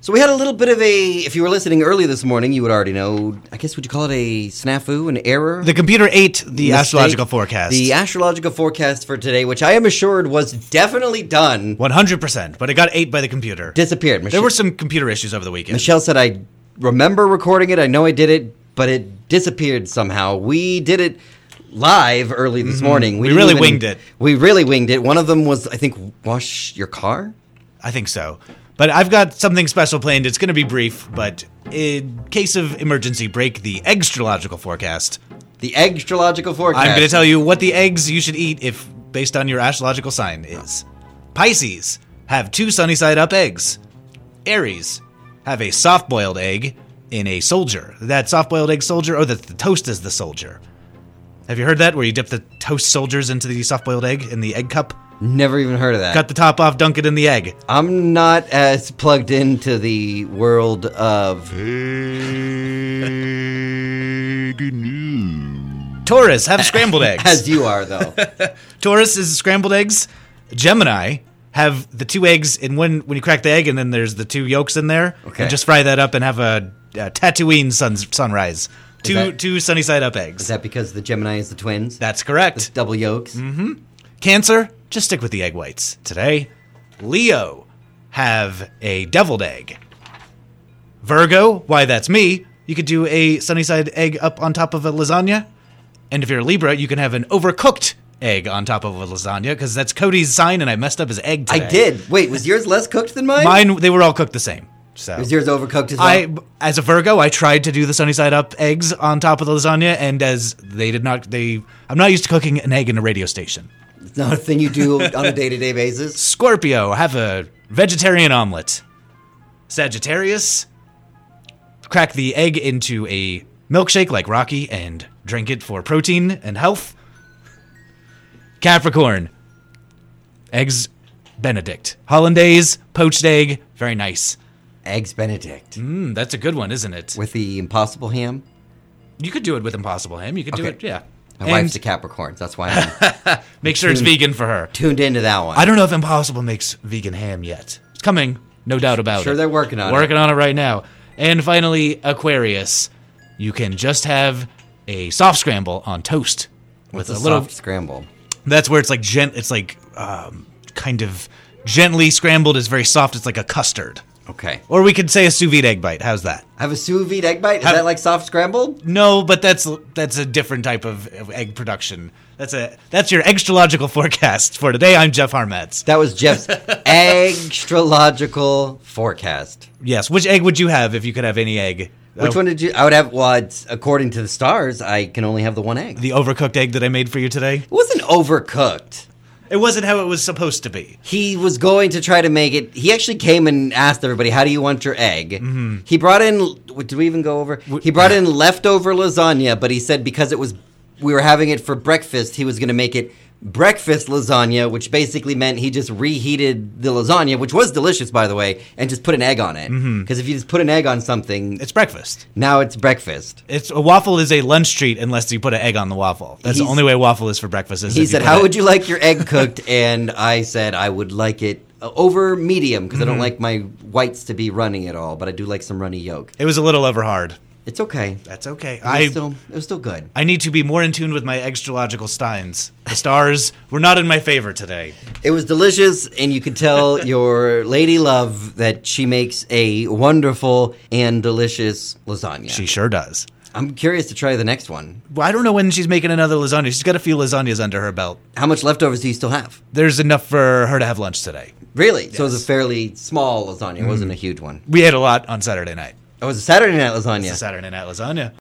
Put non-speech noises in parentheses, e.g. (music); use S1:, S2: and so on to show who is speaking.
S1: So we had a little bit of a. If you were listening early this morning, you would already know. I guess would you call it a snafu, an error?
S2: The computer ate the
S1: mistake?
S2: astrological forecast.
S1: The astrological forecast for today, which I am assured was definitely done,
S2: 100%, but it got ate by the computer.
S1: disappeared. Michelle,
S2: there were some computer issues over the weekend.
S1: Michelle said, "I remember recording it. I know I did it, but it disappeared somehow. We did it." Live early this morning.
S2: Mm-hmm. We
S1: didn't
S2: really winged it.
S1: We really winged it. One of them was, I think, wash your car.
S2: I think so. But I've got something special planned. It's going to be brief, but in case of emergency, break the astrological forecast.
S1: The astrological forecast.
S2: I'm going to tell you what the eggs you should eat if based on your astrological sign is. Pisces have two sunny side up eggs. Aries have a soft boiled egg in a soldier. That soft boiled egg soldier, oh, the, the toast is the soldier. Have you heard that? Where you dip the toast soldiers into the soft boiled egg in the egg cup,
S1: Never even heard of that.
S2: cut the top off, dunk it in the egg.
S1: I'm not as plugged into the world of
S2: Taurus have scrambled eggs.
S1: as you are,
S2: (laughs)
S1: though.
S2: Taurus is scrambled eggs. Gemini have the two eggs in one when you crack the egg, and then there's the two yolks in there.
S1: Okay.
S2: And just fry that up and have a, a Tatooine sun, sunrise. Two
S1: that-
S2: two sunny side up eggs.
S1: Is that because the Gemini is the twins?
S2: That's correct.
S1: Double yolks.
S2: Mm-hmm. Cancer, just stick with the egg whites today. Leo have a deviled egg. Virgo, why that's me. You could do a sunny side egg up on top of a lasagna. And if you're a Libra, you can have an overcooked egg on top of a lasagna because that's Cody's sign, and I messed up his egg
S1: I
S2: today.
S1: did. Wait, was yours less cooked than mine?
S2: Mine, they were all cooked the same. So
S1: was yours overcooked as well.
S2: I, as a Virgo, I tried to do the sunny side up eggs on top of the lasagna, and as they did not, they, I'm not used to cooking an egg in a radio station.
S1: it's not a thing you do on a day-to-day basis.
S2: Scorpio, have a vegetarian omelet. Sagittarius, crack the egg into a milkshake like Rocky and drink it for protein and health. Capricorn, eggs Benedict. Hollandaise, poached egg, very nice.
S1: Eggs Benedict
S2: Mm, that's a good one, isn't it?
S1: with the Impossible ham.
S2: You could do it with Impossible Ham. You could do
S1: Okay.
S2: it, yeah.
S1: My
S2: and
S1: wife's a Capricorn, so that's why I'm (laughs)
S2: make sure it's
S1: tuned-
S2: vegan for her.
S1: tuned into that one.
S2: I don't know if Impossible makes vegan ham yet. It's coming, no doubt about
S1: Sure
S2: it.
S1: they're working on it.
S2: Working on it right now. And finally, Aquarius. You can just have a soft scramble on toast with
S1: it's a
S2: a little.
S1: soft scramble.
S2: That's where it's like gent. It's like um, kind of gently scrambled. It's very soft. It's like a custard.
S1: Okay.
S2: Or we could say a sous vide egg bite. How's that?
S1: Have a sous vide egg bite. Is
S2: Have-
S1: that like soft scrambled?
S2: No, but that's that's a different type of, of egg production. That's a that's your extralogical forecast for today. I'm Jeff Harmetz.
S1: That was
S2: (laughs)
S1: Jeff's astrological forecast.
S2: Yes, which egg would you have if you could have any egg?
S1: Which
S2: Uh,
S1: one did you? I would have. Well, it's, according to the stars, I can only have the one egg.
S2: The overcooked egg that I made for you today.
S1: It wasn't overcooked.
S2: It wasn't how it was supposed to be.
S1: He was going to try to make it. He actually came and asked everybody, "How do you want your egg?" He brought in. Did we even go over? He brought in leftover lasagna, but he said because it was we were having it for breakfast, he was going to make it breakfast lasagna, which basically meant he just reheated the lasagna, which was delicious, by the way, and just put an egg on it. Because if you just put an egg on something,
S2: It's breakfast.
S1: now it's breakfast.
S2: It's a waffle is a lunch treat unless you put an egg on the waffle. That's the
S1: He's-
S2: only way waffle is for breakfast. Is
S1: He
S2: if
S1: said,
S2: put
S1: "How
S2: it-
S1: would you like your egg (laughs) cooked?" and I said, "I would like it uh, over medium because I don't like my whites to be runny at all, but I do like some runny yolk.
S2: It was a little over hard.
S1: It's okay. It
S2: That's okay.
S1: was,
S2: I
S1: still, it was still good.
S2: I need to be more in tune with my extralogical steins. The stars were not in my favor today.
S1: It was delicious, and you could (laughs) tell your lady love that she makes a wonderful and delicious lasagna.
S2: She sure does.
S1: I'm curious to try the next one.
S2: Well, I don't know when she's making another lasagna. She's got a few lasagnas under her belt.
S1: How much leftovers do you still have?
S2: There's enough for her to have lunch today.
S1: Really? So it was a fairly small lasagna. It wasn't a huge one.
S2: We ate a lot on Saturday night.
S1: It was a Saturday night lasagna.
S2: It's a Saturday night lasagna.